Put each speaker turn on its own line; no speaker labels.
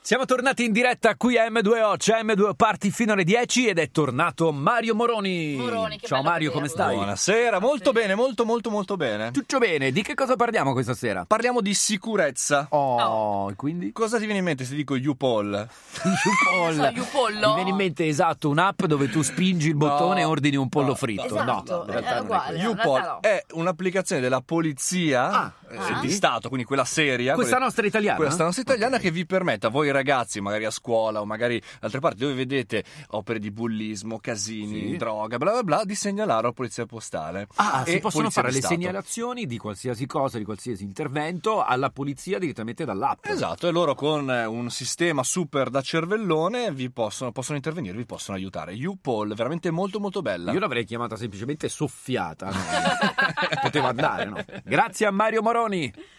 Siamo tornati in diretta qui a M2O, c'è M2O Party fino alle 10 ed è tornato Mario Moroni.
Moroni, che
Ciao
bello
Mario, come
vederlo.
stai?
Buonasera, molto bene, molto molto molto bene.
Tutto bene, di che cosa parliamo questa sera?
Parliamo di sicurezza.
Oh, e quindi?
Cosa ti viene in mente se dico U-Poll?
Yupol.
Non so, Yupollo.
Mi viene in mente esatto un'app dove tu spingi il bottone e ordini un pollo
no,
fritto. No,
esatto,
in
è
realtà non
uguale.
quello. Eh.
in realtà
U-Poll
no.
è un'applicazione della polizia
Ah,
eh,
ah.
di Stato, quindi quella seria.
Questa
quella-
nostra italiana?
Questa nostra italiana che vi permette a voi ragazzi, magari a scuola o magari da altre parti dove vedete opere di bullismo, casini,
Sì.
droga, bla bla bla, di segnalare alla polizia postale.
Ah, si
E
possono
polizia
fare le
di Stato.
segnalazioni di qualsiasi cosa, di qualsiasi intervento alla polizia direttamente dall'app.
Esatto, e loro con eh, un sistema super da cervellone vi possono, possono intervenire, vi possono aiutare. U-Poll, veramente molto molto bella.
Io l'avrei chiamata semplicemente soffiata. no? Poteva andare, no? Grazie a Mario Moroni.